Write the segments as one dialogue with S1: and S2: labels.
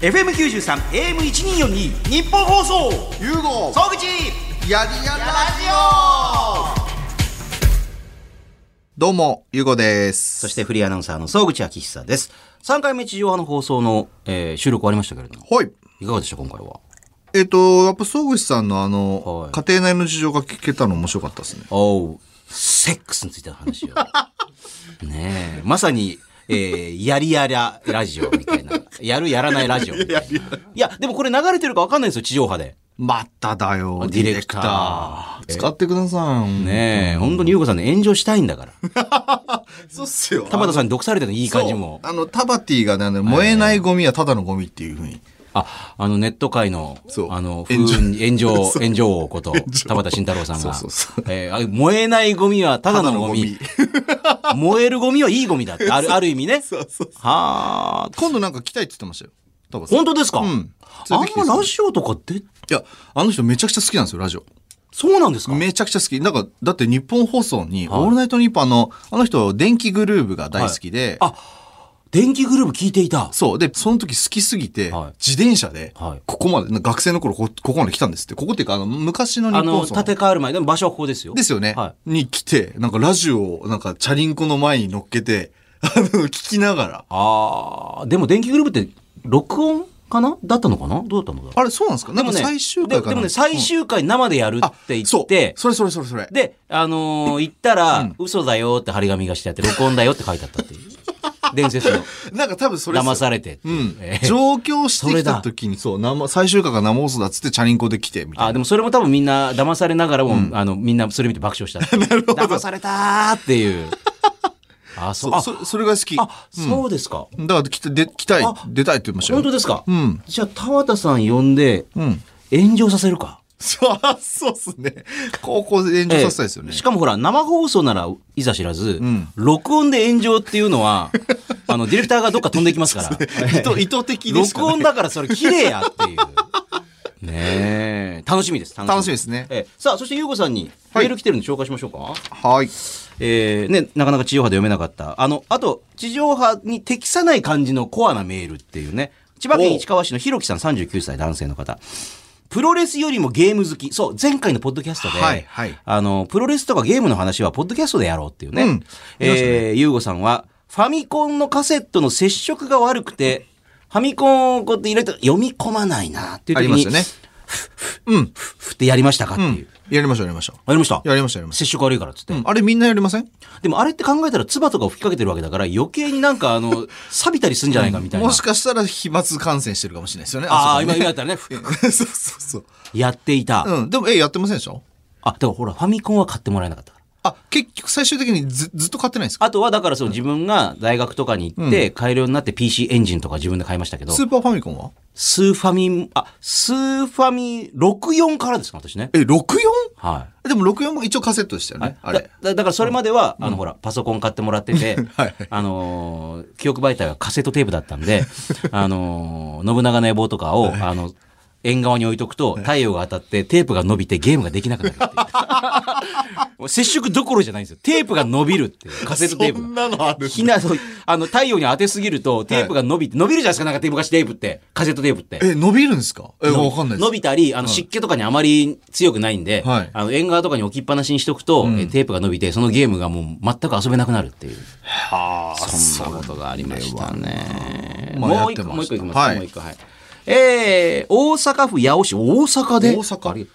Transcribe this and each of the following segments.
S1: FM93 AM1242 日本放送
S2: 融合
S1: 総口
S2: やりやラジオどうも、ゆうごです。
S1: そしてフリーアナウンサーの総口昭久です3回目地上波の放送の、えー収録終わりましたけれども
S2: はい。
S1: いかがでした今回は
S2: えっ、と、やっぱ、総口さんのあの、
S1: はい
S2: 家庭内の事情が聞けたの面白かったですね。
S1: おうセックスについての話を ねえまさにえーやりやらラジオみたいな。やるやらないラジオみたいな。い や、でもこれ流れてるか分かんないですよ、地上波で。
S2: まただよ、
S1: ディレクタ
S2: ディレクター使ってください。
S1: ねえ、本当に優子さんね、炎上したいんだから。
S2: そうっすよ。
S1: 田畑さんに毒されてるのいい感じも
S2: そう。あの、タバティがね、あの燃えないゴミはただのゴミっていうふうに。
S1: あ、あのネット界の
S2: そ、う
S1: あの、風
S2: 炎上
S1: 雲炎上、炎上王こと、田畑慎太郎さんが、
S2: そうそうそう
S1: えーあ燃えないゴミはただのゴミ。 燃えるゴミはいいゴミだって、ある、ある意味ね。
S2: そうそうそう
S1: はあ、
S2: 今度なんか来たいって言ってましたよ。タバさん。
S1: 本当ですか、
S2: うん
S1: あんまラジオとかで、
S2: いや、あの人めちゃくちゃ好きなんですよ、ラジオ。
S1: そうなんですか
S2: めちゃくちゃ好き。なんか、だって日本放送に、オールナイトニッポンの、あの人、電気グルーヴが大好きで、
S1: はい電気グループ聞いていた。
S2: そう。で、その時好きすぎて、
S1: はい
S2: 自転車で
S1: はい、
S2: ここまで、学生の頃こ、ここまで来たんですって。ここっていうか、あの、昔の日
S1: あ
S2: 本
S1: の、
S2: 放送
S1: 建て替わる前でも場所はここですよ。
S2: ですよね、
S1: は
S2: に来て、なんかラジオを、なんか、チャリンコの前に乗っけて、あの、聞きながら。
S1: ああ、でも電気グループって、録音かなだったのかなどうだったのだろう
S2: あれ、そうなんですかなんか最終回
S1: で
S2: かな
S1: でもね、最終回生でやるって言
S2: あそ
S1: っ
S2: う
S1: て、
S2: それそれそれそれ。
S1: で、あのー行ったら、嘘だよって張り紙がしてあって、録音だよって書いてあったっていう。伝説の。
S2: なんか多分それっす
S1: 騙されてって
S2: う
S1: いう。
S2: ん
S1: え。ー
S2: 上京して
S1: それ
S2: き
S1: だ
S2: た時に、そう、生、最終回が生放送だっつってチャリンコで来て、みたいな。
S1: あ、でもそれも多分みんな騙されながらも、あの、みんなそれ見て爆笑した っていう。騙されたーっていう。あ、そう。
S2: そ
S1: あ、
S2: そそれが好き。だか
S1: あそうですか。
S2: ら来て、で来たい
S1: あ、
S2: 出たいって言いました
S1: 本当
S2: よ。
S1: ですか。
S2: ん
S1: じゃあ、田畑さん呼んで、
S2: ん
S1: 炎上させるか。
S2: そう、あそうっす ね。高校で炎上させたいですよね。
S1: しかもほら、生放送ならいざ知らず、
S2: ん
S1: 録音で炎上っていうの は、あの、ディレクターがどっか飛んできますから。
S2: 意図意図的です
S1: 録
S2: よ
S1: 音
S2: ね。
S1: だからそれ綺麗やって いう。ねえ。楽しみです。楽
S2: 楽しみですね
S1: ええさあ、そして優子さんにメ
S2: はい
S1: ール来てるんで紹介しましょうか。
S2: はい。
S1: えーね、なかなか地上波で読めなかった。あの、あと、地上波に適さない感じのコアなメールっていうね。千葉県市川市のひろきさん39歳男性の方。プロレスよりもゲーム好き。そう、前回のポッドキャストで、
S2: はいはい
S1: あの、プロレスとかゲームの話はポッドキャストでやろうっていうね。
S2: うん
S1: えー、ゆうごさんは、ファミコンのカセットの接触が悪くて、ファミコンをこうやって入れて読み込まないなっていう
S2: あ
S1: 時
S2: り
S1: に、
S2: ますよね。うん。
S1: ふふってやりましたかっていう。
S2: やりましょう、やりましょ
S1: やりました
S2: う。やりましょう、やりまし
S1: 接触悪いからっつって。
S2: ょう。うんあれみんなやりません
S1: でもあれって考えたら唾とかを吹きかけてるわけだから余計になんかあ の、錆びたりすんじゃないかみたいな。
S2: もしかしたら飛沫感染してるかもしれないですよね。
S1: ああ、
S2: そ
S1: 今
S2: こ
S1: 今
S2: ね
S1: だったらね、ふ
S2: そうそうそう。
S1: やっていた。
S2: うん。でも、え、やってませんでしょ
S1: あ、でもほら、ファミコンは買ってもらえなかったから。
S2: あ、結局最終的にずずっと買ってないんですか
S1: あとはだからその自分が大学とかに行って、改良になって PC エンジンとか自分で買いましたけど、
S2: スーパーファミコンは
S1: スーファミ、あ、スーファミ64からですか、私ね。
S2: え、64?
S1: は
S2: でも64も一応カセットでしたよ
S1: い。
S2: ね。あれ。
S1: だだだからそれまでは、あのほら、パソコン買ってもらってて、
S2: はい
S1: あのー記憶媒体がカセットテープだったんで、あのー信長の野望とかを、あの、縁側に置いとくと、太陽が当たってテープが伸びてゲームができなくなるってい うもう接触どころじゃないんですよ。テープが伸びるっていう、カセットテープが。
S2: なのあ
S1: ひな、そうあの、太陽に当てすぎると、テープが伸びて、伸びるじゃないですか、なんかテープ昔テープって、カセットテープって。
S2: え、伸びるんですかえ、わかんないです
S1: 伸。びたり、あの湿気とかにあまり強くないんで、
S2: はい
S1: あの縁側とかに置きっぱなしにしとくと、えテープが伸びて、そのゲームがもう全く遊べなくなるっていう。
S2: はあ
S1: そんなことがありましたね。
S2: まあ
S1: もう一
S2: やって
S1: 個、
S2: まし
S1: もう一個
S2: た
S1: いきますか、
S2: はい
S1: もう一個、はい。えー、大阪府八尾市、大阪で。
S2: 大阪
S1: あれ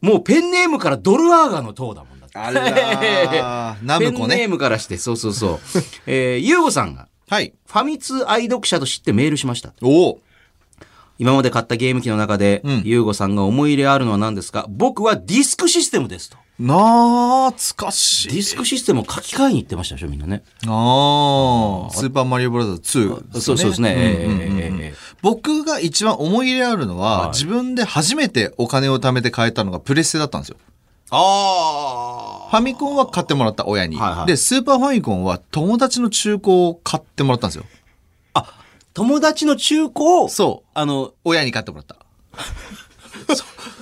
S1: もうペンネームからドルアーガの塔だもんだって。
S2: あら ーナムコ
S1: ペ
S2: ね
S1: ンネームからして、そうそうそう。えー、ゆうごさんが、
S2: はい。
S1: ファミ通愛読者と知ってメールしました。
S2: おお。
S1: 今まで買ったゲーム機の中で、
S2: ん
S1: ゆうごさんが思い入れあるのは何ですか僕はディスクシステムですと。
S2: なつかし
S1: デ
S2: い。
S1: ィスクシステムを書き換えに行ってましたでしょ、みんなね。
S2: ああ。スーパーマリオブラザーズ2、
S1: そうそうですね。え
S2: うんう
S1: え
S2: ん
S1: ええええ
S2: 僕が一番思い入れあるのは、
S1: はい
S2: 自分で初めてお金を貯めて買えたのがプレステだったんですよ。
S1: あ
S2: ファミコンは買ってもらった親に、
S1: はいはい
S2: で、スーパーファミコンは友達の中古を買ってもらったんですよ。
S1: あ。友達の中古を、
S2: そう。
S1: あの、
S2: 親に買ってもらった。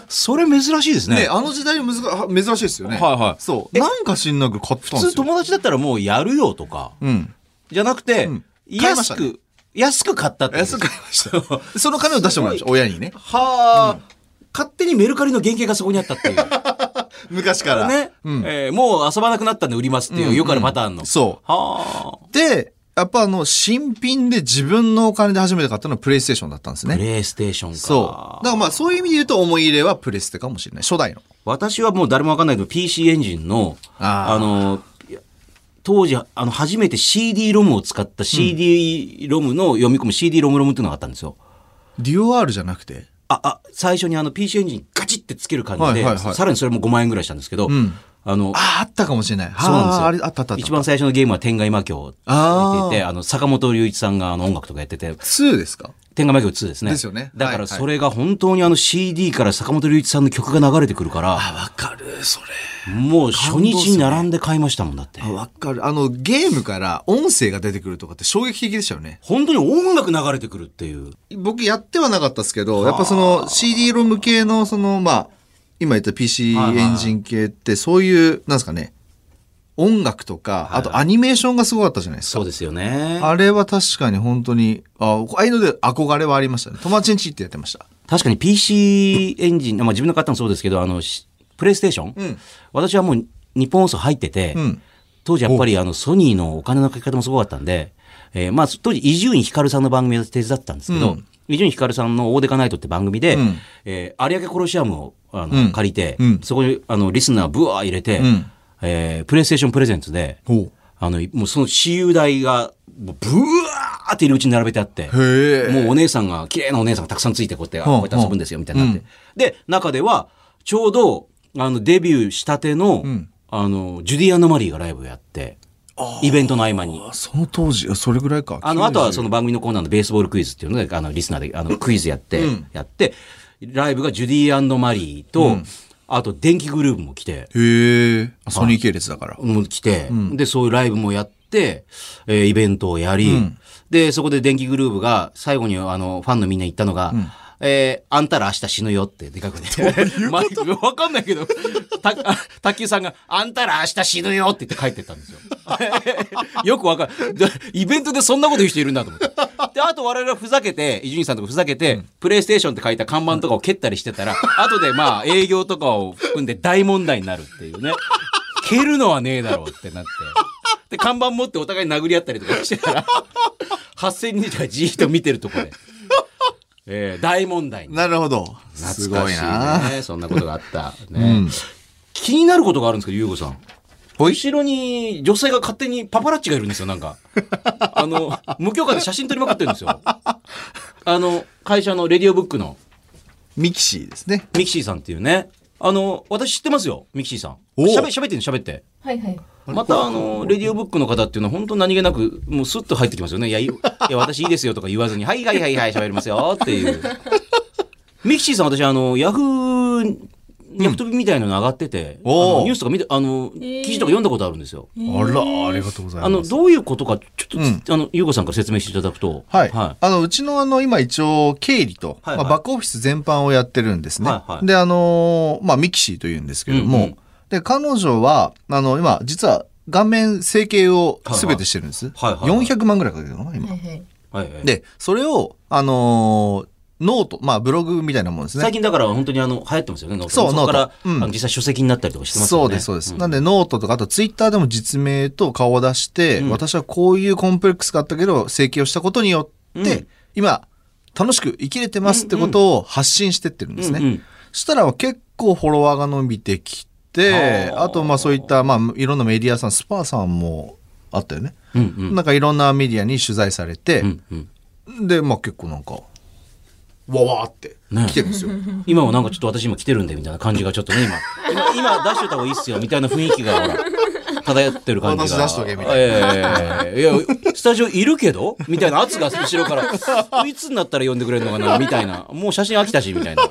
S1: それ珍しいですね。
S2: ね、あの時代に難か珍しいですよね。
S1: はいはい
S2: そう。なんか知んなく買ったん
S1: 普
S2: で
S1: 通
S2: すよ。
S1: 友達だったらもうやるよとか、
S2: うん。
S1: じゃなくて、
S2: ん
S1: 安
S2: 買いま
S1: く安く買ったってことです
S2: 安く買いました。その金を出してもらいました、親にね。
S1: はあ、勝手にメルカリの原型がそこにあったっていう。
S2: 昔から。
S1: ね、
S2: うん。
S1: えーもう遊ばなくなったんで売りますっていう、よくあるパターンの。
S2: そう。
S1: は
S2: で、やっぱあの、新品で自分のお金で初めて買ったのはプレイステーションだったんです
S1: あ、プ
S2: ね。
S1: レイステーションか。
S2: そう。だからまあそういう意味で言うと思い入れはプレステかもしれない。初代の。
S1: 私はもう誰もわかんないけど、PC エンジンの、
S2: あ
S1: あ
S2: ー
S1: の、いや当時、あの、初めて CD ロムを使った CD ロムの読み込む CD ロムロムっていうのがあったんですよ。
S2: デュオ R じゃなくて。
S1: あ、あ、最初にあの PC エンジンガチってつける感じで、
S2: はいはいはい
S1: さらにそれも5万円ぐらいしたんですけど、
S2: ん
S1: あの、
S2: ああ、あったかもしれない。
S1: そうなんですよ。
S2: あーあれあったあったあった。
S1: 一番最初のゲームは天外魔境って言
S2: あ
S1: ってて、あの、坂本龍一さんがあの音楽とかやってて、
S2: 2ですか
S1: 天下魔境2ですね。
S2: ですよね
S1: だか
S2: は
S1: ら
S2: いはい
S1: それが本当にあの CD から坂本龍一さんの曲が流れてくるから、
S2: わかる、それ。
S1: もう初日に並んで買いましたもんだって。
S2: わかる。あの、ゲームから音声が出てくるとかって衝撃的でしたよね。
S1: 本当に音楽流れてくるっていう。
S2: 僕やってはなかったですけど、やっぱその CD ロム系の、その、まあ、今言った PC
S1: はいはい
S2: エンジン系って、そういう、なんですかね、音楽とか、あとアニメーションがすごかったじゃないですか。
S1: そうですよね。
S2: あれは確かに本当に、あああいうので憧れはありましたね。友達んちってやってました。
S1: 確かに PC エンジン、まあ自分の買ったのもそうですけど、あの、しプレイステーション、
S2: ん
S1: 私はもう日本放送入ってて、
S2: ん
S1: 当時やっぱりあのソニーのお金のかけ方もすごかったんで、えーまあ当時伊集院光さんの番組を手伝ってたんですけど、伊集院光さんの「オーデカナイト」って番組で、
S2: ん
S1: えー有明コロシアムをあの、
S2: うん
S1: 借りて、
S2: うん
S1: そこにあのリスナーブワー入れて、
S2: ん
S1: えープレイステーションプレゼンツで、
S2: ほ
S1: あのもうその私有台がもうブワーっているうちに並べてあって、
S2: へえ。
S1: もうお姉さんが、綺麗なお姉さんがたくさんついてこうやって、
S2: う
S1: こう
S2: ん
S1: やって遊ぶんですよ、みたいになって。で、中では、ちょうど、あの、デビューしたての、あの、ジュディ・アンナ・マリーがライブをやって、イベントの合間に。
S2: あその当時、あそれぐらいか。
S1: あの、あとはその番組のコーナーのベースボールクイズっていうので、あの、リスナーで、あの、クイズやって、やって、ライブがジュディ・アンド・マリーと、あと、電気グループも来て、
S2: へえ。あソニー系列だから。
S1: もう来て、で、そういうライブもやって、えーイベントをやり、で、そこで電気グルーヴが、最後にあの、ファンのみんな言ったのが、えーあんたら明日死ぬよってでかくね。マイ クわかんないけど、た 卓球さんが、あんたら明日死ぬよって言って帰ってったんですよ。 よくわかる。でイベントでそんなこと言う人いるんだと思って。で、あと我々はふざけて、伊集院さんとかふざけて、プレイステーションって書いた看板とかを蹴ったりしてたら、後でまあ営業とかを含んで大問題になるっていうね。蹴るのはねえだろうってなって。で、看板持ってお互い殴り合ったりとかしてたら、8000人がじーっと見てるとこで。えー大問題に。
S2: なるほど。す
S1: 懐か
S2: ご
S1: し
S2: い
S1: い
S2: な。
S1: ね。そんなことがあった。ね。気になることがあるんですけど、ゆうごさん。
S2: ほい
S1: 後ろに女性が勝手にパパラッチがいるんですよ、なんか。あの、無許可で写真撮りまくってるんですよ。あの、会社のレディオブックの
S2: ミキシーですね。
S1: ミキシーさんっていうね。あの、私知ってますよ、ミキシーさん。
S2: お
S1: 喋喋ってんの喋って。
S3: はいはい。
S1: またあの、レディオブックの方っていうのは本当何気なく、もうスッと入ってきますよね。いや、いいや私いいですよとか言わずに、はいはいはいはい喋りますよって いう。ミキシーさん私あの、ヤフー、ヤフトビみたいなの上がってて、あ
S2: おー
S1: のニュースとか見て、あの、記事とか読んだことあるんですよ。
S2: あら、ありがとうござ
S1: あの、。どういうことか、ちょっと、
S2: ん
S1: あの、ゆうこさんから説明していただくと。
S2: はい。
S1: は
S2: あの、うちのあの、今一応、経理と、
S1: はいはい
S2: まあ、バックオフィス全般をやってるんですね。
S1: はいはい
S2: で、あのーまあ、ミキシーというんですけれども、
S1: うんうん
S2: で、彼女は、あの、今、実は、顔面整形をすべてしてるんです。
S1: はいはいはいはい
S2: 400万ぐらいかけてるのかな、今。
S3: はいはい。
S1: い。はいはい、
S2: で、それを、あのーノート、まあ、ブログみたいなもんですね。
S1: 最近だから本当にあの、流行ってますよね、ノート
S2: そう
S1: こから、
S2: ノートうん
S1: あの実際書籍になったりとかしてますよね。
S2: そうです、そうです。
S1: ん
S2: なんで、ノートとか、あと、ツイッターでも実名と顔を出して、
S1: ん
S2: 私はこういうコンプレックスがあったけど、整形をしたことによって、
S1: うん
S2: 今、楽しく生きれてますってことを発信してってるんですね。
S1: うんうん
S2: したら、結構フォロワーが伸びてきて、
S1: はあ
S2: あと、まあ、そういった、まあ、いろんなメディアさん、スパーさんもあったよね。
S1: うんうん。
S2: なんか、いろんなメディアに取材されて
S1: う、んうん。
S2: で、まあ、結構なんか、わわーって
S1: ね
S2: 来てるんですよ。
S1: 今はなんかちょっと私今来てるんでみたいな感じがちょっとね今今今出しといた方がいいっすよみたいな雰囲気がほら漂ってる感じが
S2: 私出しとけみた
S1: いな、ええいやスタジオいるけどみたいな圧が後ろからいつになったら呼んでくれるのかなみたいなもう写真飽きたしみたいな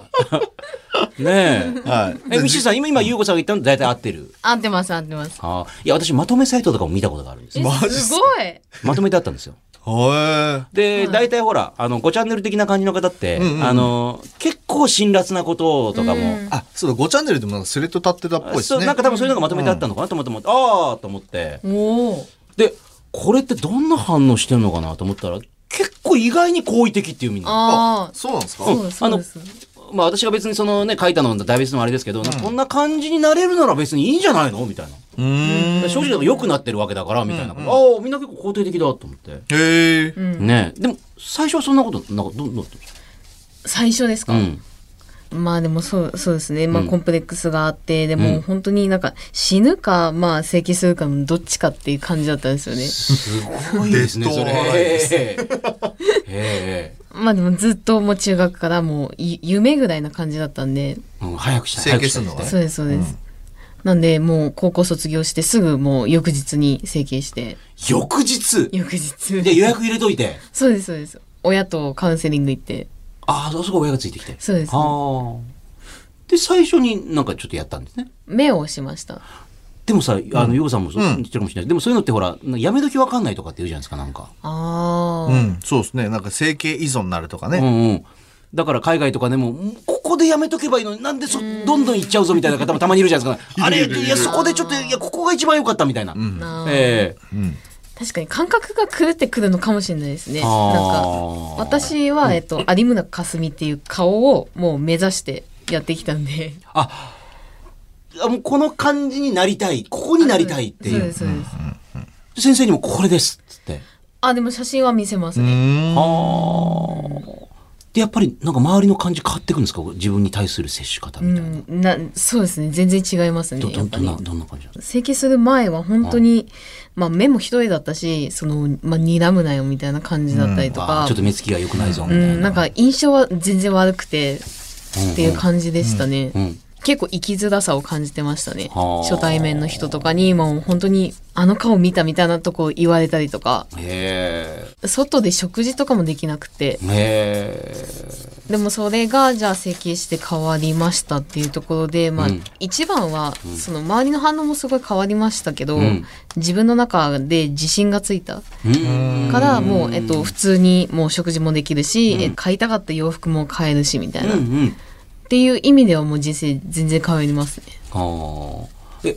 S1: ねえ
S2: はい
S1: えミッシーさん今今優子さんが言ったの大体合ってる
S3: 合ってます合ってます。
S1: あーいや私まとめサイトとかも見たことがあるんです
S3: え
S1: よ
S2: マジっすか
S3: すごい。
S1: まとめてあったんですよ
S2: は
S1: で、大体ほら、あの、5チャンネル的な感じの方って、あの、結構辛辣なこととかも、
S2: い。あ、そうだ、5チャンネルでもなんかスレッド立ってたっぽいです
S1: そう
S2: ね。
S1: なんか多分そういうのがまとめてあったのかなと思って、ああと思って
S3: おお。
S1: でこれってどんな反応してんのかなと思ったら結構これ意外に好意的っていうみんな。
S2: あ
S3: ああ、
S2: そうなんですか
S3: そうです、そうです。
S1: まあ私が別にそのね、書いたの大別のあれですけど、こんな感じになれるなら別にいいんじゃないのみたいな。
S2: うーん。
S1: 正直良くなってるわけだから、みたいな。ああ、みんな結構肯定的だと思って。
S2: へえ。
S3: うん、
S1: ねでも、最初はそんなこと、なんか、ど、どうだったんですか
S3: 最初ですか、
S1: うん。
S3: まあでもそうそうですね、まあ、
S1: うん
S3: コンプレックスがあって、で
S1: うん
S3: も本当になんか死ぬか、まあ、整形するかのどっちかっていう感じだったんですよね。
S1: すごいですね、それ。ええ。え
S3: まあでもずっともう中学からもうゆ夢ぐらいな感じだったんで、
S1: え。うん、早くしたい。
S2: 整形するの
S1: 早く
S2: は
S1: し
S3: そうですそうです。なんでもう高校卒業してすぐもう翌日に整形して、
S1: たい翌日
S3: 翌日。
S1: で予約入れといて。
S3: そうですそうです。親とカウンセリング行って、
S1: ああ、あそこ親がついてきて。
S3: そうです
S1: ああ。で、最初になんかちょっとやったんですね。
S3: 目を押しました。
S1: でもさ、あの、ヨウさんもそう
S2: う
S1: 言
S2: ん
S1: ってるかもしれない。でもそういうのってほら、やめ時わかんないとかって言うじゃないですか、なんか。
S3: ああ、
S2: うん、そうですね。なんか整形依存になるとか
S1: う
S2: ね。
S1: んうん。だから海外とかでも、んここでやめとけばいいのに、なんでそ、どんどん行っちゃうぞみたいな方もたまにいるじゃないですか。あれ、いや、そこでちょっと、いや、ここが一番良かったみたいな。
S3: なあ
S1: ええ
S2: うん。
S3: 確かに感覚が狂ってくるのかもしれないですね。なんか
S1: あー
S3: 私は、えっと、有村架純っていう顔をもう目指してやってきたんで。
S1: あ、あもうこの感じになりたい、ここになりたいってい
S3: そう
S1: う
S3: です。そうです。
S1: 先生にもこれですっつって。
S3: あ、でも写真は見せます
S2: う
S3: ね。
S2: ーん。
S1: で、やっぱりなんか周りの感じ変わってくるんですか自分に対する接し方
S3: う
S1: みたいな。
S3: ん、なそうですね全然違いますね
S1: ど、
S3: や
S1: ど、
S3: っぱ
S1: どんな、
S3: り
S1: どんな感じなんですか
S3: 整形する前は本当に、まあ、目もひどいだったしその、まあ、睨むなよみたいな感じだったりと
S1: あ
S3: か
S1: ー、ちょっと目つきが良くないぞみ
S3: う
S1: たいな。
S3: ん、なんか印象は全然悪くてっていう感じでしたね、
S1: うんうん
S3: 結構生きづらさを感じてましたね
S1: はあ
S3: 初対面の人とかにもう本当にあの顔見たみたいなとこ言われたりとか
S1: へ
S3: 外で食事とかもできなくて
S1: え。へ
S3: でもそれがじゃあ整形して変わりましたっていうところで、まあ
S1: うん
S3: 一番はその周りの反応もすごい変わりましたけど、
S1: うん
S3: 自分の中で自信がついた
S1: え。うん
S3: からもう、えっと、普通にもう食事もできるし、え買いたかった洋服も買えるしみたいな、
S1: うん
S3: っ
S1: うん。
S3: ていう意味ではもう人生全然変わりますね。
S1: ああ。え、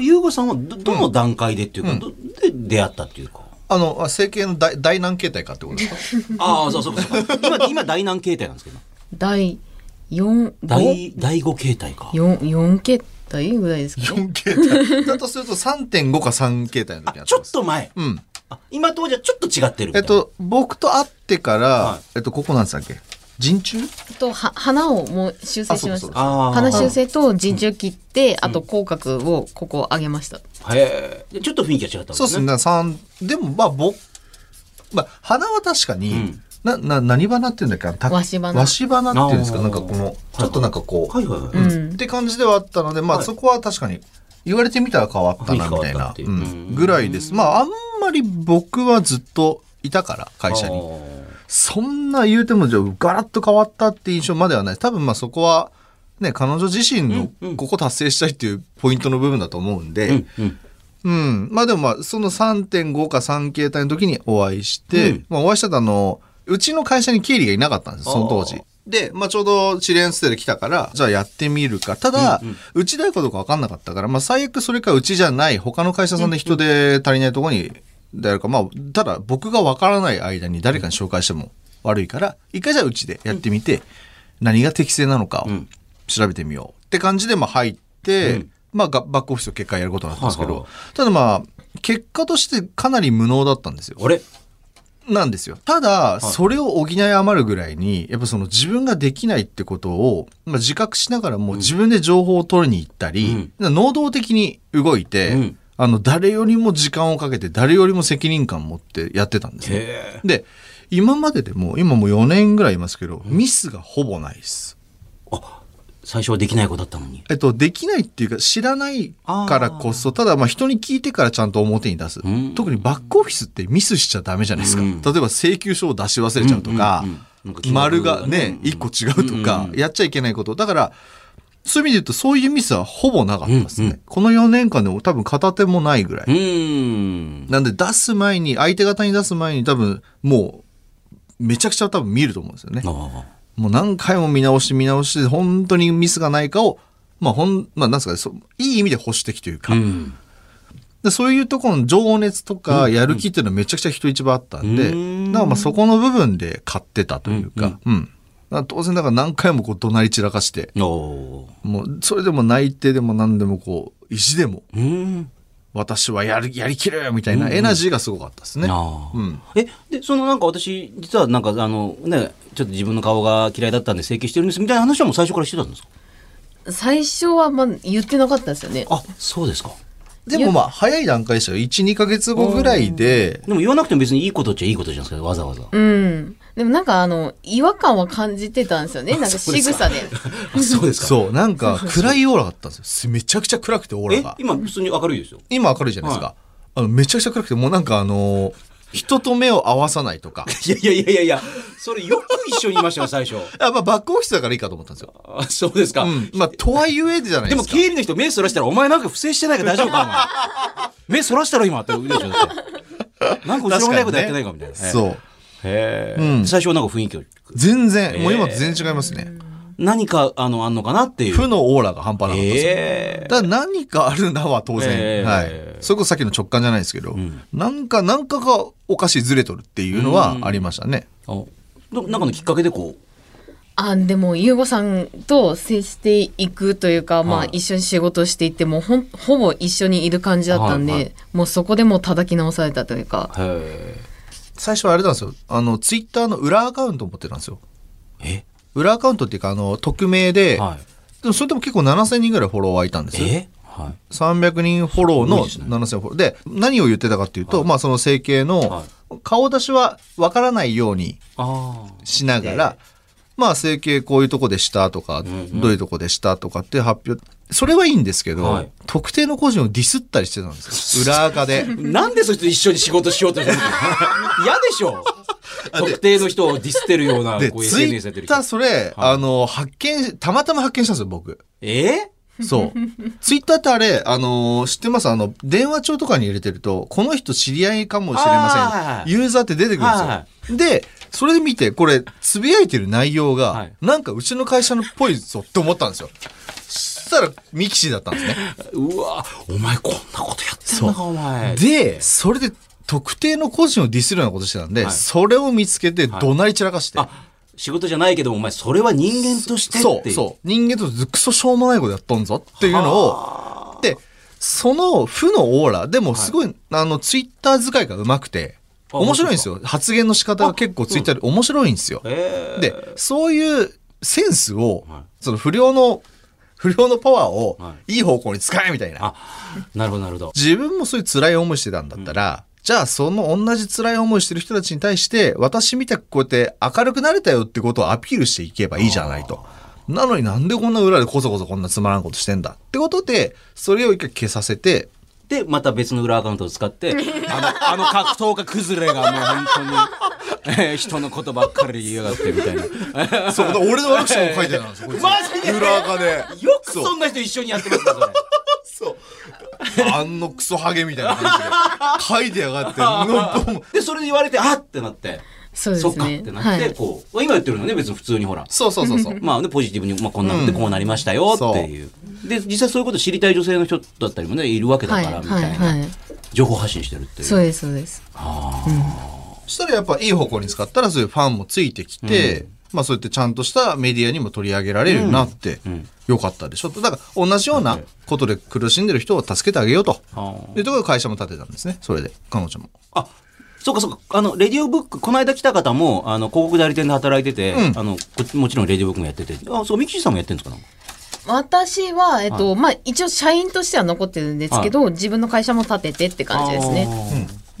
S1: ゆうごさんはどどの段階でっていうか、どで出会ったっていうか。
S2: あの、あ整形の大大難形態かってこ とですか
S1: ああ、そうそうそう。 今、今、第何形態なんですけど。
S3: 第4
S1: 第、第五形態か。
S3: 4形態ぐらいですかね。
S2: ?4 形態。だとすると3.5か3形態の時にな
S1: あ、ちょっ
S2: と。
S1: と前。
S2: うん。
S1: あ今とはじゃちょっと違ってるみた
S2: え
S1: いな。
S2: っと、僕と会ってから、
S1: はい
S2: えっと、ここなんでしたっけ人中
S3: とは花をもう修正しま
S2: あ
S3: し
S2: そう
S3: た
S2: か。
S1: あー
S3: 鼻修正と陣中切って、あと口角をここ上げました。
S1: へえ。ちょっと雰囲気が違ったん
S2: そうですね。。3、でもまあ僕、まあ鼻は確かに、
S1: うん
S2: な、な、何鼻っていうんだっけあのた
S3: わし花
S2: わし花っていうんですか
S1: あー
S2: なんかこ
S1: はいはい
S2: の、ちょっとなんかこう、
S1: はいはいはい。
S3: うん
S2: って感じではあったので、ま
S1: は
S2: あ
S1: い
S2: そこは確かに言われてみたら変わったなみたい
S1: 雰
S2: な、
S1: 囲気
S2: う、
S1: 変わったっていうん
S2: ぐらいです。まああんまり僕はずっといたから、会社
S1: あ
S2: に。
S1: ー
S2: そんな言うてもじゃあガラッと変わったって印象まではない。多分まあそこは、ね、彼女自身の
S1: うんうん
S2: ここ達成したいっていうポイントの部分だと思うんで、
S1: うんうん。
S2: うん。まあでもまあ、その3.5か3形態の時にお会いして、
S1: うん
S2: まあお会いしたとあの、うちの会社に経理がいなかったんですよ、その当
S1: あ
S2: 時
S1: ー。
S2: で、まあちょうど知り合いのステル来たから、じゃあやってみるか。ただ、
S1: う
S2: うん
S1: うん
S2: ちだかどうかわかんなかったから、まあ最悪それかうちじゃない、他の会社さんで人で足りないところに、であるか、まあ、ただ僕がわからない間に誰かに紹介しても悪いから、一回じゃあうちでやってみて、何が適正なのかを
S1: ん
S2: 調べてみようって感じで、まあ入って、
S1: うん
S2: まあがバックオフィスと結果やることになったんですけど、
S1: はいはい
S2: ただまあ、結果としてかなり無能だったんですよ。
S1: あれ
S2: なんですよ。ただ、それを補い余るぐらいに、やっぱその自分ができないってことを、まあ、自覚しながらも自分で情報を取りに行ったり、能動的に動いて、
S1: うん
S2: あの、誰よりも時間をかけて、誰よりも責任感持ってやってたんですね。
S1: へえ。
S2: で、今まででも、今もう4年ぐらいいますけど、ミスがほぼないです。
S1: あ、最初はできない子だったのに。
S2: えっと、できないっていうか知らないからこそただまあ人に聞いてからちゃんと表に出す、
S1: うん
S2: 特にバックオフィスってミスしちゃダメじゃないですか、
S1: うん
S2: 例えば請求書を出し忘れちゃうとか,、
S1: うんうんうんなんか金額
S2: 丸が
S1: うん
S2: ね
S1: うん
S2: 一個違うと
S1: うん
S2: か
S1: う、ん
S2: やっちゃいけないことだからそういう意味で言うとそういうミスはほぼなかったですね、
S1: うんうん
S2: この4年間でも多分片手もないぐらい、
S1: うーん。
S2: なんで出す前に相手方に出す前に多分もうめちゃくちゃ多分見ると思うんですよね
S1: あ
S2: もう何回も見直して見直して、本当にミスがないかを、まあ、ほん、まあ、なんすかね、そういい意味で保守的という
S1: あ。
S2: か、
S1: うん。
S2: でそういうところの情熱とかやる気っていうのはめちゃくちゃ人一倍あったんで、
S1: うん
S2: だからまあそこの部分で買ってたというか、うんだから当然だから何回もこう怒鳴り散らかして、
S1: おー
S2: もうそれでも泣いてでも何でもこう意地でも
S1: うん
S2: 私はやるやりきるみたいなエナジーがすごかったですね。
S1: ああ
S2: うん
S1: えでそのなんか私実はなんかあのねちょっと自分の顔が嫌いだったんで整形してるんですみたいな話はもう最初からしてたんですか
S3: 最初はまあ言ってなかったですよね
S1: あそうですか
S2: でもまあ早い段階でしたよ。1、2ヶ月後ぐらいで、
S1: でも言わなくても別にいいことっちゃいいことじゃないですかわざわざ
S3: うんでもなんかあの違和感は感じてたんですよねなんか
S1: そう
S3: 仕
S1: ですか
S3: 草で
S1: あそうです
S2: そう、なんか暗いオーラがあったんですよ。めちゃくちゃ暗くてオーラ
S1: え
S2: が。
S1: 今普通に明るいですよ
S2: 今明るいじゃないですか。あのめちゃくちゃ暗くて、もうなんかあのー人と目を合わさない とか。
S1: いやいやいやいやいやそれよく一緒にいましたよ最初
S2: あまあバックオフィスだからいいかと思ったんですよ。
S1: あそうですか、
S2: うん。まあとはいえじゃない
S1: で
S2: で
S1: も
S2: すか。
S1: 経理の人目そらしたらお前なんか不正してないから大丈夫かお前目そらしたろ今って言うでしょだってなんか後ろめたいことやってないかみたいな、う
S2: そう。
S1: へ
S2: う
S1: え、
S2: ん
S1: 最初はなんか雰囲気を
S2: 全然、もう今と全然違いますね。
S1: 何かあのあんのかなっていう
S2: 負のオーラが半端なかったですよ。
S1: ええ
S2: だから何かあるなは当然、
S1: えー
S2: はい、それこそさっきの直感じゃないですけど、なんか何かがおかしいずれとるっていうのはありましたね。
S1: あどなんかのきっかけでこう
S3: あでも優吾さんと接していくというか、ま
S1: は
S3: あ
S1: い
S3: 一緒に仕事していてもうほんほぼ一緒にいる感じだったんで、
S1: はいは
S3: もうそこでもう叩き直されたというか
S1: へ
S2: 最初はあれなんですよあのツイッターの裏アカウントを持ってたんですよ。
S1: え
S2: 裏アカウントっていうかあの匿名で,、
S1: は
S2: でもそれでも結構7,000人ぐらいフォロワーいたんで
S1: い
S2: すよ。
S1: えはい
S2: 300人フォローの
S1: す
S2: 7000フォローで何を言ってたかっていうと、まあその整形の
S1: は
S2: 顔出しはわからないように
S1: あ
S2: しながら、まあ整形こういうとこでしたとか、どういうとこでしたとかって発表それはいいんですけど、
S1: はい
S2: 特定の個人をディスったりしてた んですよ裏垢で
S1: あなんでそいつと一緒に仕事しようとするの 嫌でしょ特定の人をディスってるような
S2: で
S1: こう
S2: ツイ
S1: SNS やって
S2: ッ
S1: る人
S2: ターそれ、あの発見たまたま発見したんですよ僕
S1: え
S2: そうツイッターってあれあの知ってますあの電話帳とかに入れてるとこの人知り合いかもしれま
S1: あー
S2: せんユーザーって出てくるんですよ、
S1: は
S2: でそれで見てこれつぶやいてる内容が、
S1: はい
S2: なんかうちの会社のっぽいぞって思ったんですよそしたらミキシーだったんですね
S1: うわお前こんなことやってんのかお前
S2: で、それで特定の個人をディスるようなことしてたんで、
S1: はい
S2: それを見つけて怒鳴り散らかして。
S1: あ仕事じゃないけどお前それは人間としてってい
S2: そうそう。人間とずクソしょうもないことやっとんぞっていうのを、で、その負のオーラ、でもすごい、あの、ツイッター使いが上手くて、
S1: あ
S2: 面白いんですよ。発言の仕方が結構ツイッターで面白いんですよ。
S1: えー
S2: で、そういうセンスを
S1: は、
S2: その不良の、不良のパワーを
S1: はい
S2: いい方向に使えみたいな。
S1: あなるほどなるほど
S2: 自分もそういう辛い思いしてたんだったら、じゃあその同じ辛い思いしてる人たちに対して、私みたくこうやって明るくなれたよってことをアピールしていけばいいじゃないと。なのになんでこんな裏でこそこそこんなつまらんことしてんだってことで、それを一回消させて、
S1: でまた別の裏アカウントを使って あのあの格闘家崩れがもう本当に、 えー人のことばっかり言いやがってみたいな
S2: そう、だから俺の悪口も書いてあるんですよ。こいつ
S1: マジで
S2: 裏垢で。
S1: よくそんな人一緒にやってますねそれ
S2: そう。あんのクソハゲみたいな感じで書いてやがって、のんぼん
S1: でそれで言われてあっってなって
S3: そうで
S1: そっ
S3: す
S1: かっ
S3: ね
S1: てな
S3: は
S1: って
S3: い
S1: こう今言ってるのね別に普通にほら
S2: そうそうそうそう。
S1: まあね、ポジティブに、まあ、こんなのってこうなりましたよっていう。で、実際そういうこと知りたい女性の人だったりもね、いるわけだ
S3: は
S1: か
S3: い
S1: ら、み
S3: はい
S1: たいな。
S3: はい
S1: 情報発信してるっていう。
S3: そうですそうです
S2: そしたらやっぱいい方向に使ったらそういうファンもついてきて、まあそうやってちゃんとしたメディアにも取り上げられるようになって、よかったでしょと。だから同じようなことで苦しんでる人を助けてあげようと。
S1: あー
S2: で、ところが会社も立てたんですね。それで、彼女も。
S1: あ、そうかそうか。あの、レディオブック、この間来た方も、あの、広告代理店で働いてて、
S2: うん
S1: あの、こもちろんレディオブックもやってて、あ、そう、ミキシーさんもやってるんですかなんか
S3: 私は、えっとまあ、一応社員としては残ってるんですけど、自分の会社も立ててって感じですね。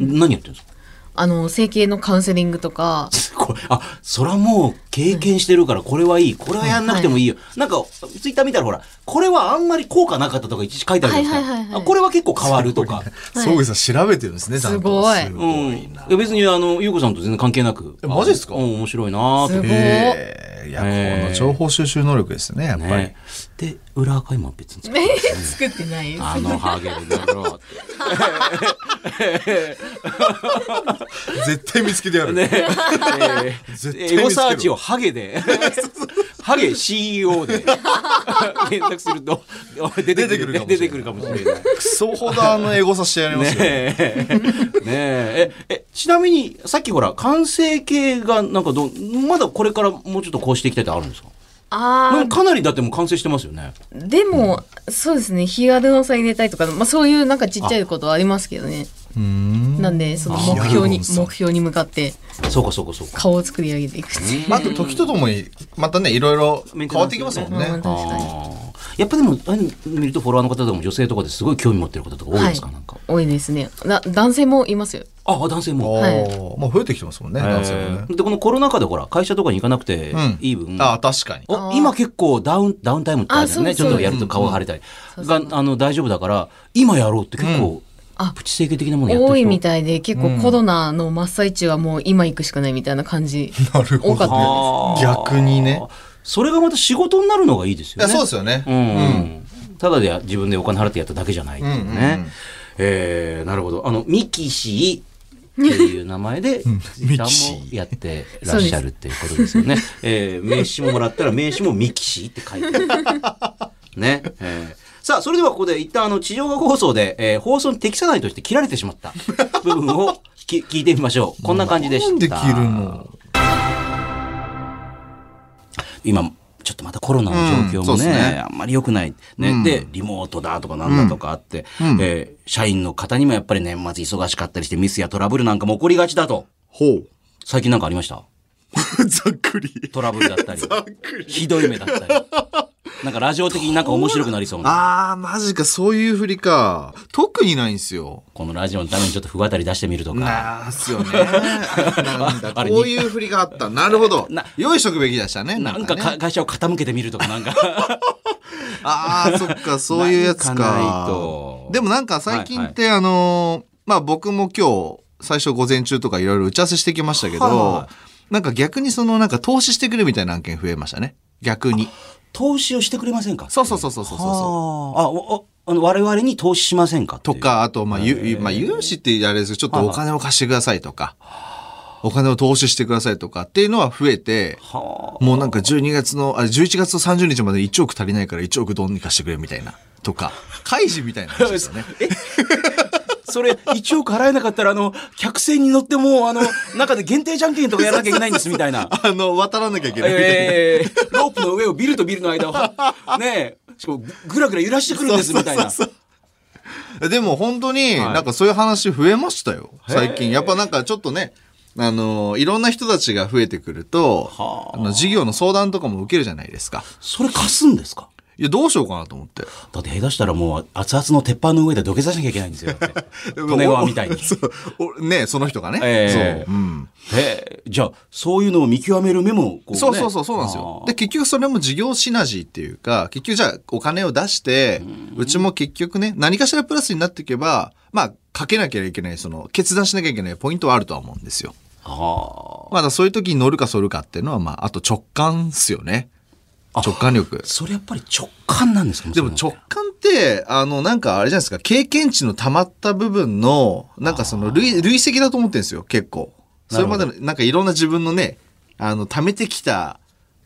S1: あー何やってるんですか
S3: あの整形のカウンセリング とか
S1: これあそらもう経験してるからこれはいいこれはやんなくてもいいよ、なんかツイッター見たらほらこれはあんまり効果なかったとか一時書いてあるじゃないですか、
S3: はいはいはいはい
S1: あこれは結構変わるとか
S3: はい
S2: そうさん調べてるんですね、ちゃんと
S3: すごい
S2: す
S1: うん、
S2: ごいな。
S1: いや別にあの優子さんと全然関係なく
S2: えマジですか
S1: あうん面白いなー
S3: す
S1: と
S3: ごい
S2: へえいや、この情報収集能力ですね、やっぱり。
S1: ねで裏赤いも別に 作る
S3: 目作ってないです
S1: あのハゲの野郎って
S2: 絶対見つけてやる。
S1: ねえー
S2: 絶対見つけろ
S1: エゴサーチをハゲでハゲ CEO で検索すると出て
S2: 出て
S1: く
S2: く
S1: る
S2: るかもしれない
S1: 出てくるかもしれない。
S2: クソほどあのエゴさしてやります
S1: ね
S2: よ、
S1: え。ねえ。え、え、ちなみに、さっきほら、完成形が、なんかどう、まだこれからもうちょっとこうしていきたいってあるんですかな
S3: あ
S1: んかかなりだってもう完成してますよね。
S3: ーでも、そうですね日軽の差入れたいとか、まあ、そういうなんかちっちゃいことはありますけどね
S2: うーん
S3: なんでその目標に
S2: ヒアルロン酸
S3: 目標に向かって
S1: そうかそうかそうか。
S3: 顔を作り上げていくっていう
S2: まあ、あと時とともにまたねいろいろ変わってきますもんね
S3: うん確かに
S1: あーやっぱでも、あれ見るとフォロワーの方でも女性とかですごい興味持ってる方とか多いですか、なんか。
S3: 多いですねな男性もいますよ
S1: あ、男性も。
S3: はい
S2: おーまあ増えてきてますもんね、男性もね
S1: えーで、このコロナ禍でほら、会社とかに行かなくて
S2: うん
S1: いい分、
S2: ああ確かに
S1: お今結構ダウンダウンタイムってあるじゃんね
S3: あ
S1: ち
S3: そう
S1: ょ
S3: そ
S1: っ
S3: う
S1: とやると顔が腫れたりがあの大丈夫だから今やろうって結構、
S3: あ
S1: プチ整形的なものやってる人
S3: 多いみたいで結構コロナの真っ最中はもう今行くしかないみたいな感じ
S2: なるほど
S3: 多かったです
S1: あー
S2: 逆にね
S1: それがまた仕事になるのがいいです
S2: い
S1: よ
S2: や
S1: ね
S2: そうですよね、
S1: うんただでや自分でお金払ってやっただけじゃないっていうね、
S2: うんうんうん
S1: えーなるほどあのミキシーっていう名前 で、
S2: ミ
S1: ちゃん
S2: キシー
S1: もやってらっしゃるっていうことですよね。えー名刺ももらったら名刺もミキシーって書いてあ る。ね。えーさあ、それではここで一旦あの地上波放送で、えー放送に適さないとして切られてしまった部分をき聞いてみましょう。こんな感じでした。
S2: なんで切るの
S1: 今ちょっとまたコロナの状況も
S2: うんそう
S1: ね,、
S2: ですね
S1: あんまり良くない、ね
S2: うん
S1: でリモートだとかなんだとかあって、えー社員の方にもやっぱり年末忙しかったりしてミスやトラブルなんかも起こりがちだと
S2: ほ
S1: 最近なんかありました
S2: う ざっくり
S1: トラブルだ ったり
S2: くり
S1: ひどい目だったり なんかラジオ的になんか面白くなりそうな
S2: ああマジかそういう振りか特にないんですよ
S1: このラジオのためにちょっと不渡り出してみるとか。
S2: なーすよね。な んだ、こういう振りがあった。なるほど
S1: な。
S2: 用意しとくべきでしたね。な
S1: なんん
S2: か
S1: か
S2: ね、
S1: か会社を傾けてみるとかなんか
S2: ああ、そっ か、そういうやつか。
S1: なんかないと
S2: でもなんか最近って、あのーまあ僕も今日、最初午前中とかいろいろ打ち合わせしてきましたけど、
S1: は
S2: なんか逆にそのなんか投資してくるみたいな案件増えましたね。逆に。
S1: 投資をしてくれませんか
S2: そうそうそうそうそうそう。
S1: はああおおあの我々に投資しませんかってい
S2: と
S1: う
S2: か、あと、まあ、ゆ
S1: へー
S2: まあ、融資ってあれですけど、ちょっとお金を貸してくださいとか、お金を投資してくださいとかっていうのは増えて、
S1: はあ
S2: もうなんか12月の、あ、11月の30日まで1億足りないから1億どうにかしてくれみたいな。とか、開示みたいな話ですよね。
S1: えそれ1億払えなかったらあの客船に乗ってもうあの中で限定じゃんけんとかやらなきゃいけないんですみ たいな。
S2: あの、渡らなきゃいけないみたいな。
S1: えーロープの上をビルとビルの間をねえしかもぐらぐら揺らしてくるんですみたいな。
S2: でも本当に
S1: はい
S2: なんかそういう話増えましたよ、最近。やっぱなんかちょっとね、あの、いろんな人たちが増えてくると、
S1: は
S2: あの、事業の相談とかも受けるじゃないですか。
S1: それ貸すんですか
S2: いや、どうしようかなと思って。。
S1: だって下手したらもう熱々の鉄板の上で土下座しなきゃいけないんですよ。だって利根川みたいに
S2: そう。おねその人がね。
S1: ええ
S2: そう。うん。
S1: えーじゃあそういうのを見極める目もこう、ね、
S2: そうそうそうそうなんですよ
S1: あ。ー
S2: で結局それも事業シナジーっていうか結局じゃあお金を出してうちも結局ね何かしらプラスになっていけばまあかけなきゃいけないその決断しなきゃいけないポイントはあるとは思うんですよ。
S1: はあ
S2: まあだからそういう時に乗るか反るかっていうのはまああと直感っすよね。直感力。
S1: それやっぱり直感なんですか
S2: でも直感ってあのなんかあれじゃないですか経験値の溜まった部分のなんかその累累積だと思ってるんですよ結構。それまでのなんかいろんな自分のねあの溜めてきた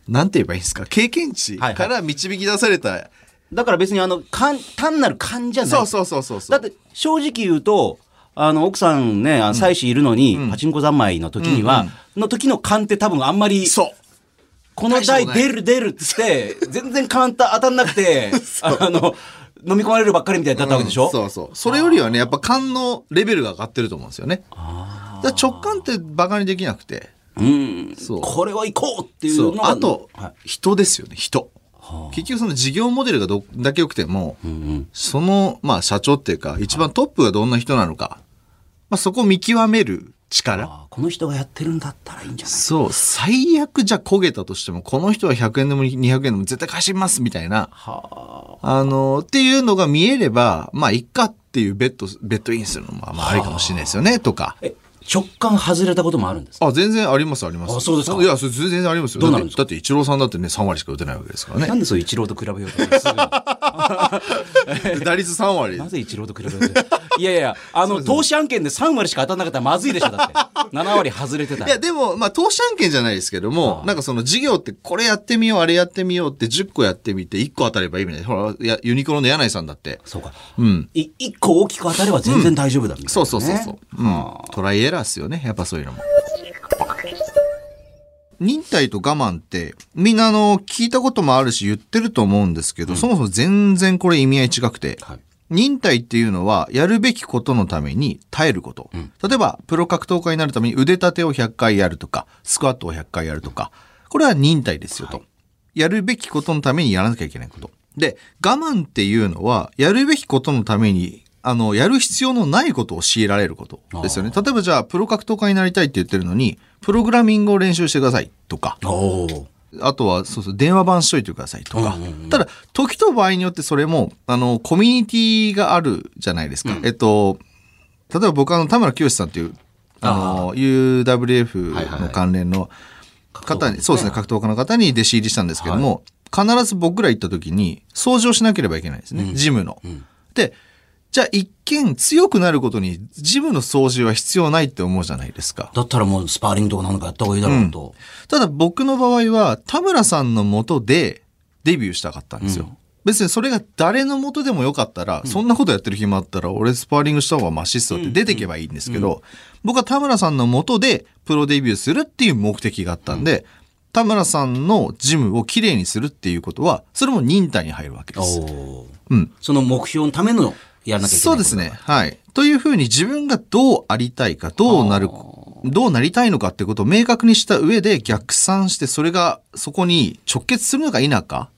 S2: なんて言えばいいんですか経験値
S1: はいはい
S2: から導き出された、
S1: だから別にあの勘単なる勘じゃない
S2: そうそうそうそうそう
S1: だって正直言うとあの奥さんねあの妻子いるのに、パチンコ三昧の時には、の時の勘って多分あんまり
S2: そう
S1: この台
S2: 大したことな
S1: 出る出るっつって全然勘た当たんなく てあの飲み込まれるばっかりみたいだったわけでしょ、
S2: うんそうそうそれよりはねやっぱ感のレベルが上がってると思うんですよねだから直感ってバカにできなくて
S1: うん
S2: そう
S1: これは行こうっていう
S2: そ
S1: の
S2: う
S1: が
S2: あと、
S1: はい
S2: 人ですよね人結局その事業モデルがどだけ良くても、その、まあ、社長っていうか一番トップがどんな人なのか、まあ、そこを見極める力
S1: あーこの人がやってるんだったらいいんじゃない
S2: そう最悪じゃ焦げたとしてもこの人は100円でも200円でも絶対貸しますみたいなあのっていうのが見えればまあいっかっていうベッドベッドインするのもまあまあありかもしれないですよねとか
S1: え直感外れたこともあるんですか
S2: あ、全然あります、あります。
S1: あそうですか
S2: いや、それ全然ありますよ。
S1: どうなるんですか
S2: だって、だってイチローさんだってね、3割しか打てないわけですから
S1: なん
S2: ね。
S1: でそう一郎と比べようとするんです か
S2: で打率3割。
S1: なぜ一郎と比べようとするいやいや、あの、投資案件で3割しか当たんなかったらまずいでしょ、だって。7割 外れてた
S2: い
S1: ら。
S2: や、でも、まあ、投資案件じゃないですけども、なんかその事業って、これやってみよう、あれやってみようって、10個やってみて、1個当たればいいみたいな。ほら、いやユニクロの柳井さんだって。
S1: そうか。
S2: うん。
S1: い一個大きく当たれば全然大丈夫だみたいなね、
S2: そうそうそうそう。うん。トライエラーっすよね。やっぱそういうのも。忍耐と我慢って、みんなあの、聞いたこともあるし、言ってると思うんですけど、そもそも全然これ意味合い違くて。
S1: はい。
S2: 忍耐っていうのは、やるべきことのために耐えること。例えば、プロ格闘家になるために腕立てを100回やるとか、スクワットを100回やるとか、これは忍耐ですよと。やるべきことのためにやらなきゃいけないこと。で、我慢っていうのは、やるべきことのために、あの、やる必要のないことを強いられることですよね。例えばじゃあ、プロ格闘家になりたいって言ってるのに、プログラミングを練習してくださいとか、
S1: おー
S2: あとは、そうそう、電話番しといてくださいとか。
S1: うんうん
S2: ただ、時と場合によってそれも、あの、コミュニティがあるじゃないですか。えっと、例えば僕はあの、田村清さんっていう、あの、
S1: はいはい
S2: UWF
S1: はい
S2: の関連の
S1: 格闘家で
S2: 方
S1: す
S2: に、
S1: ね
S2: そうですね、格闘家の方に弟子入りしたんですけども、必ず僕ら行った時に、掃除をしなければいけないですね。ジムの。
S1: ん
S2: で、じゃあ一見強くなることに、ジムの掃除は必要ないって思うじゃないですか。
S1: だったらもうスパーリングとかなんかやった方がいいだろうと。
S2: ただ僕の場合は田村さんのもとでデビューしたかったんですよ、別にそれが誰のもとでもよかったら、そんなことやってる暇あったら俺スパーリングした方がマシっすよって出てけばいいんですけど、僕は田村さんのもとでプロデビューするっていう目的があったんで、田村さんのジムをきれいにするっていうことはそれも忍耐に入るわけです。
S1: おー
S2: うん、
S1: その目標のためのやらなきゃいけ
S2: そ
S1: な
S2: う
S1: いことだ
S2: ですね。はい。というふうに自分がどうありたいか、どうなる、どうなりたいのかってことを明確にした上で逆算して、それがそこに直結するのか否か、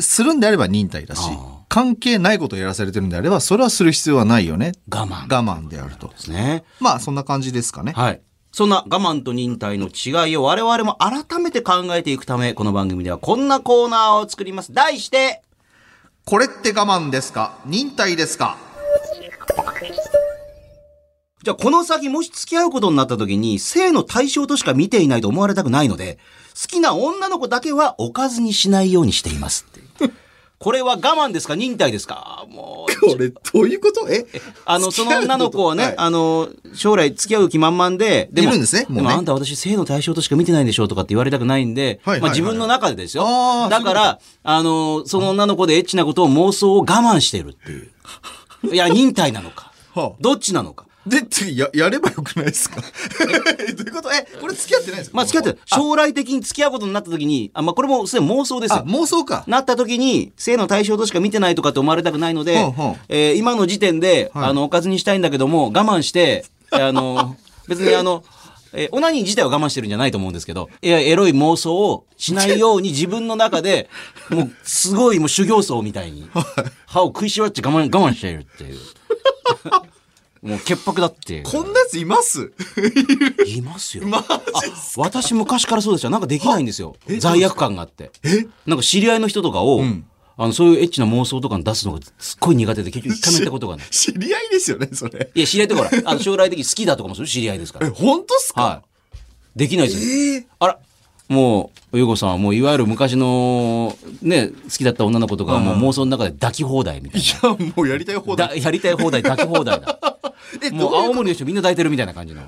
S2: するんであれば忍耐だし
S1: あー、
S2: 関係ないことをやらされてるんであれば、それはする必要はないよね。
S1: 我慢。
S2: 我慢であると。
S1: ですね。
S2: まあ、そんな感じですかね。
S1: はい。そんな我慢と忍耐の違いを我々も改めて考えていくため、この番組ではこんなコーナーを作ります。題して、
S2: これって我慢ですか忍耐ですか
S1: じゃあこの先もし付き合うことになった時に、性の対象としか見ていないと思われたくないので、好きな女の子だけはおかずにしないようにしていますっていう。これは我慢ですか忍耐ですかもう。
S2: これ、どういうことえ
S1: あの、その女の子をね、あの、将来付き合う気満々で、
S2: いるんです
S1: で
S2: ねもうね
S1: もあんた私性の対象としか見てないんでしょうとかって言われたくないんで、
S2: はいはいはい
S1: まあ自分の中でですよ
S2: あ。ー
S1: だから、あの、その女の子でエッチなことを妄想を我慢してるっていう。いや、忍耐なのか
S2: はあ。
S1: どっちなのか。
S2: で、次や、やればよくないですかえ どういうことえ、これ付き合ってないんですか
S1: まあ付き合って、将来的に付き合うことになった時に、あ、まあこれもすでに妄想です
S2: あ、
S1: よ。
S2: 妄想か。
S1: なった時に性の対象としか見てないとかって思われたくないので、
S2: ほうほう
S1: えー今の時点で、
S2: はい
S1: あのおかずにしたいんだけども我慢して あの別にあの、えーオナニー自体は我慢してるんじゃないと思うんですけどいやエロい妄想をしないように自分の中 でもうすごいもう修行僧みたいに歯を食いしばって我慢我慢しているっていう もう潔白だっていう
S2: こんなやついます
S1: いますよ。あ私昔からそうでした。なんかできないんですよ。罪悪感があって。なんか知り合いの人とかを、あの、そういうエッチな妄想とかに出すのがすっごい苦手で、結局一回もやったこと がない。
S2: 知り合いですよね、それ。
S1: いや、知り合いとかほら、あの将来的に好きだとかもそういう知り合いですか
S2: え、
S1: ら。
S2: 本当っすか、
S1: はい。できないですよ。
S2: えー
S1: あら、もう、ゆうこさんはもういわゆる昔の、ね、好きだった女の子とかはもう妄想の中で抱き放題みたいな。
S2: いや、もうやりたい放題。
S1: だ やりたい放題、抱き放題だ。
S2: え、
S1: もう
S2: どい
S1: 青森の人みんな抱いてるみたいな感じの。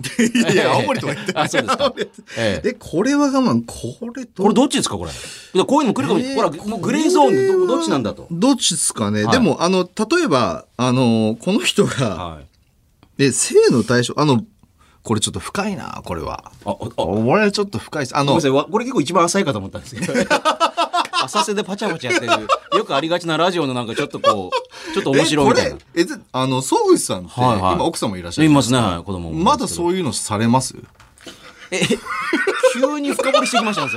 S2: いや、 青森とか言ってな い。
S1: あそうですか
S2: 青森
S1: ええ
S2: え、これは我慢、これど
S1: これどっちですかこれ。こういうのも来るかも、
S2: えー
S1: ほら、もうグレーゾーンでどどっちなんだと。
S2: どっちですかね、
S1: はい
S2: でも、あの、例えば、あの、この人が、
S1: はい。
S2: え、性の対象、あの、これちょっと深いな、これは。
S1: あ、あ、あご
S2: これちょっと深いです。
S1: め
S2: あ
S1: ん
S2: の
S1: なさ、い。わこれ結構一番浅いかと思ったんですけど。 浅瀬でパチャパチャやってる。よくありがちなラジオのなんかちょっとこう、ちょっと面白いみたいな。
S2: え、これえ、であの、総口さんって、
S1: はいはい
S2: 今奥様いらっしゃ
S1: い
S2: る。
S1: ますね、はい子供も。
S2: まだ
S1: う。
S2: そういうのされます
S1: え、急に深掘りしてきましたね、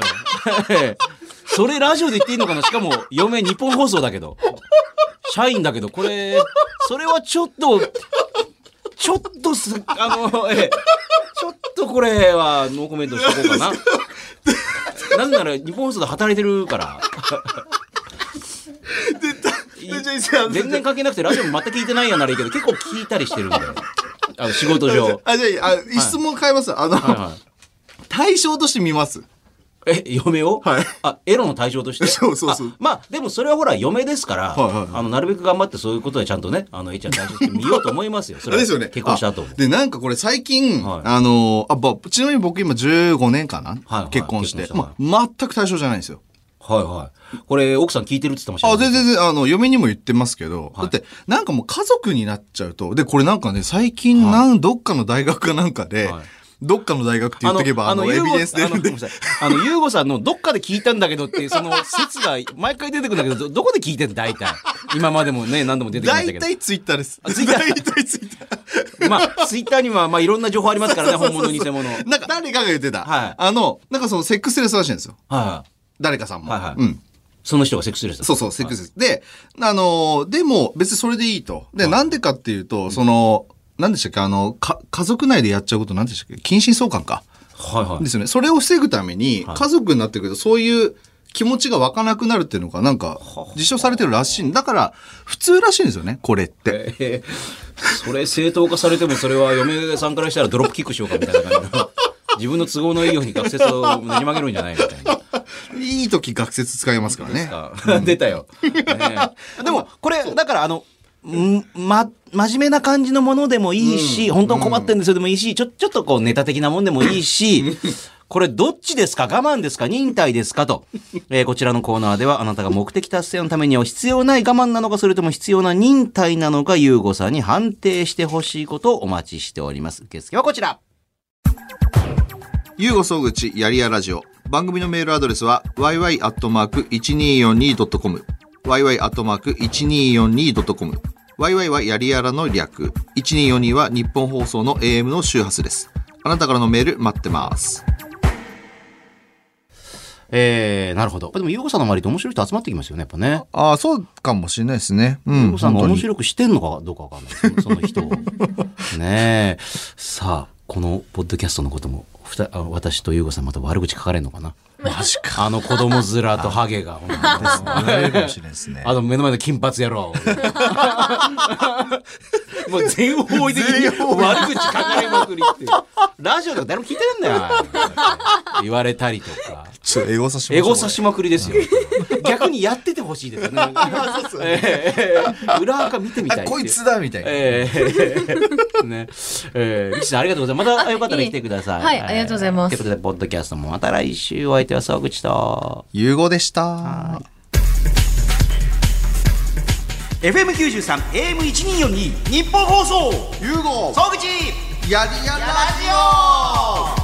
S1: それ。それラジオで言っていいのかなしかも、嫁日本放送だけど。社員だけど、これ、それはちょっと、ちょっとす、あの、ええ、ちょっとこれはノーコメントしとこうかな。なんなら日本放送で働いてるから。
S2: でじゃあじゃあ。
S1: 全然関係なくてラジオも全く聞いてないやならいいけど、結構聞いたりしてるんで。あの仕事上
S2: あ、じゃあ、あ質問変えます。あの、
S1: はいは
S2: 対象として見ます。
S1: い、え、嫁を、
S2: はい
S1: あ、エロの対象として。
S2: そうそうそう
S1: あまあ、でもそれはほら、嫁ですから、
S2: はいはいはい
S1: あの、なるべく頑張ってそういうことでちゃんとね、あの、エちゃん対象として見ようと思いますよ。そ
S2: あ
S1: れ
S2: れ
S1: は
S2: ですよね。
S1: 結婚した後
S2: あ
S1: も。
S2: で、なんかこれ最近、
S1: はい
S2: あの、あ、ぼちなみに僕今15年かな、
S1: はいはい
S2: 結婚して。
S1: 結婚した
S2: ま、全く対象じゃないんですよ。
S1: はいはい。これ、奥さん聞いてるって言ってました
S2: あ、
S1: よ
S2: 全
S1: ね
S2: 然、全然あの、嫁にも言ってますけど、
S1: はい
S2: だって、なんかもう家族になっちゃうと、で、これなんかね、最近、なん、どっかの大学かなんかで、
S1: はい
S2: どっかの大学って言っとけば、あの、エビデンス出るん
S1: あのごめ
S2: で
S1: んな。さいあの、ゆうごさんのどっかで聞いたんだけどっていう、その説が毎回出てくるんだけど、どどこで聞いてんの大体。今までもね、何度も出てきました
S2: 大
S1: けど。
S2: 体ツイッターです。
S1: あツイッター
S2: 大体ツイッター。
S1: まあ、ツイッターには、まあ、いろんな情報ありますからね、本物、偽物。はい
S2: なんか、誰かが言ってた。
S1: はい
S2: あの、なんかその、セックスレスらしいんですよ。
S1: はい。
S2: 誰かさんも。
S1: はいはい
S2: うん。
S1: その人がセックスレスだ
S2: そうそう、セックスレス。で、あのー、でも別にそれでいいと。で、なんでかっていうと、その、なんでしたっけ、あの、か、家族内でやっちゃうことなんでしたっけ、近親相関か。
S1: はいはい。
S2: ですよね。それを防ぐために、
S1: はい
S2: 家族になってくると、そういう気持ちが湧かなくなるっていうのが、なんか、実証されてるらしい。だから、普通らしいんですよね、これって。
S1: えー それ正当化されてもそれは嫁さんからしたらドロップキックしようかみたいな感じ の自分の都合のいいように学説をねじ曲げるんじゃないみたいない
S2: い時、学説使えますからね。
S1: あ出たよ、ねえでもこれだからあのんま、真面目な感じのものでもいいし、本当に困ってるんですよでもいいし、ちょ、ちょっとこうネタ的なもんでもいいし、これどっちですか我慢ですか忍耐ですか と、えーこちらのコーナーではあなたが目的達成のためには必要ない我慢なのか、それとも必要な忍耐なのか、ゆうごさんに判定してほしいことをお待ちしております。受付はこちら。
S2: ゆうご総口やりやラジオ。番組のメールアドレスは、yy.1242.com。yy.1242.com。yy はやりやらの略。1242は日本放送の AM の周波数です。あなたからのメール待ってます。
S1: えー、なるほど。でもゆうごさんの周りって面白い人集まってきますよね、やっぱね。
S2: ああ、そうかもしれないですね。う
S1: ゆうごさんが面白くしてんのかどうかわかんないですね、その 人を。ねえ。さあ、このポッドキャストのことも、ふたあ私とゆうごさんまた悪口書かれるのかな。マジか。あの子供面とハゲが。 ほんとに
S2: れるかもしれないですね
S1: あの目の前の金髪野 郎。もう全方位的に悪口書かれまくりっていう。ラジオとか誰も聞いてるんだ よ。言われたりとか。
S2: ちょっとエゴさし
S1: エゴさしまくりですよ。 逆にやっててほしいですよね。ええ裏垢見てみたいっていう。
S2: だみたい
S1: ええね。ええミキさん ありがとうございます。またよかったら来てください。
S3: はいありがとうございま
S1: という
S3: す
S1: ことで、ポッドキャストもまた来週、お相手は沢口と。
S2: 融合でした。
S4: FM 九十三 AM 一二四二日本放送
S2: 融合
S4: 総口
S2: やりやラジオ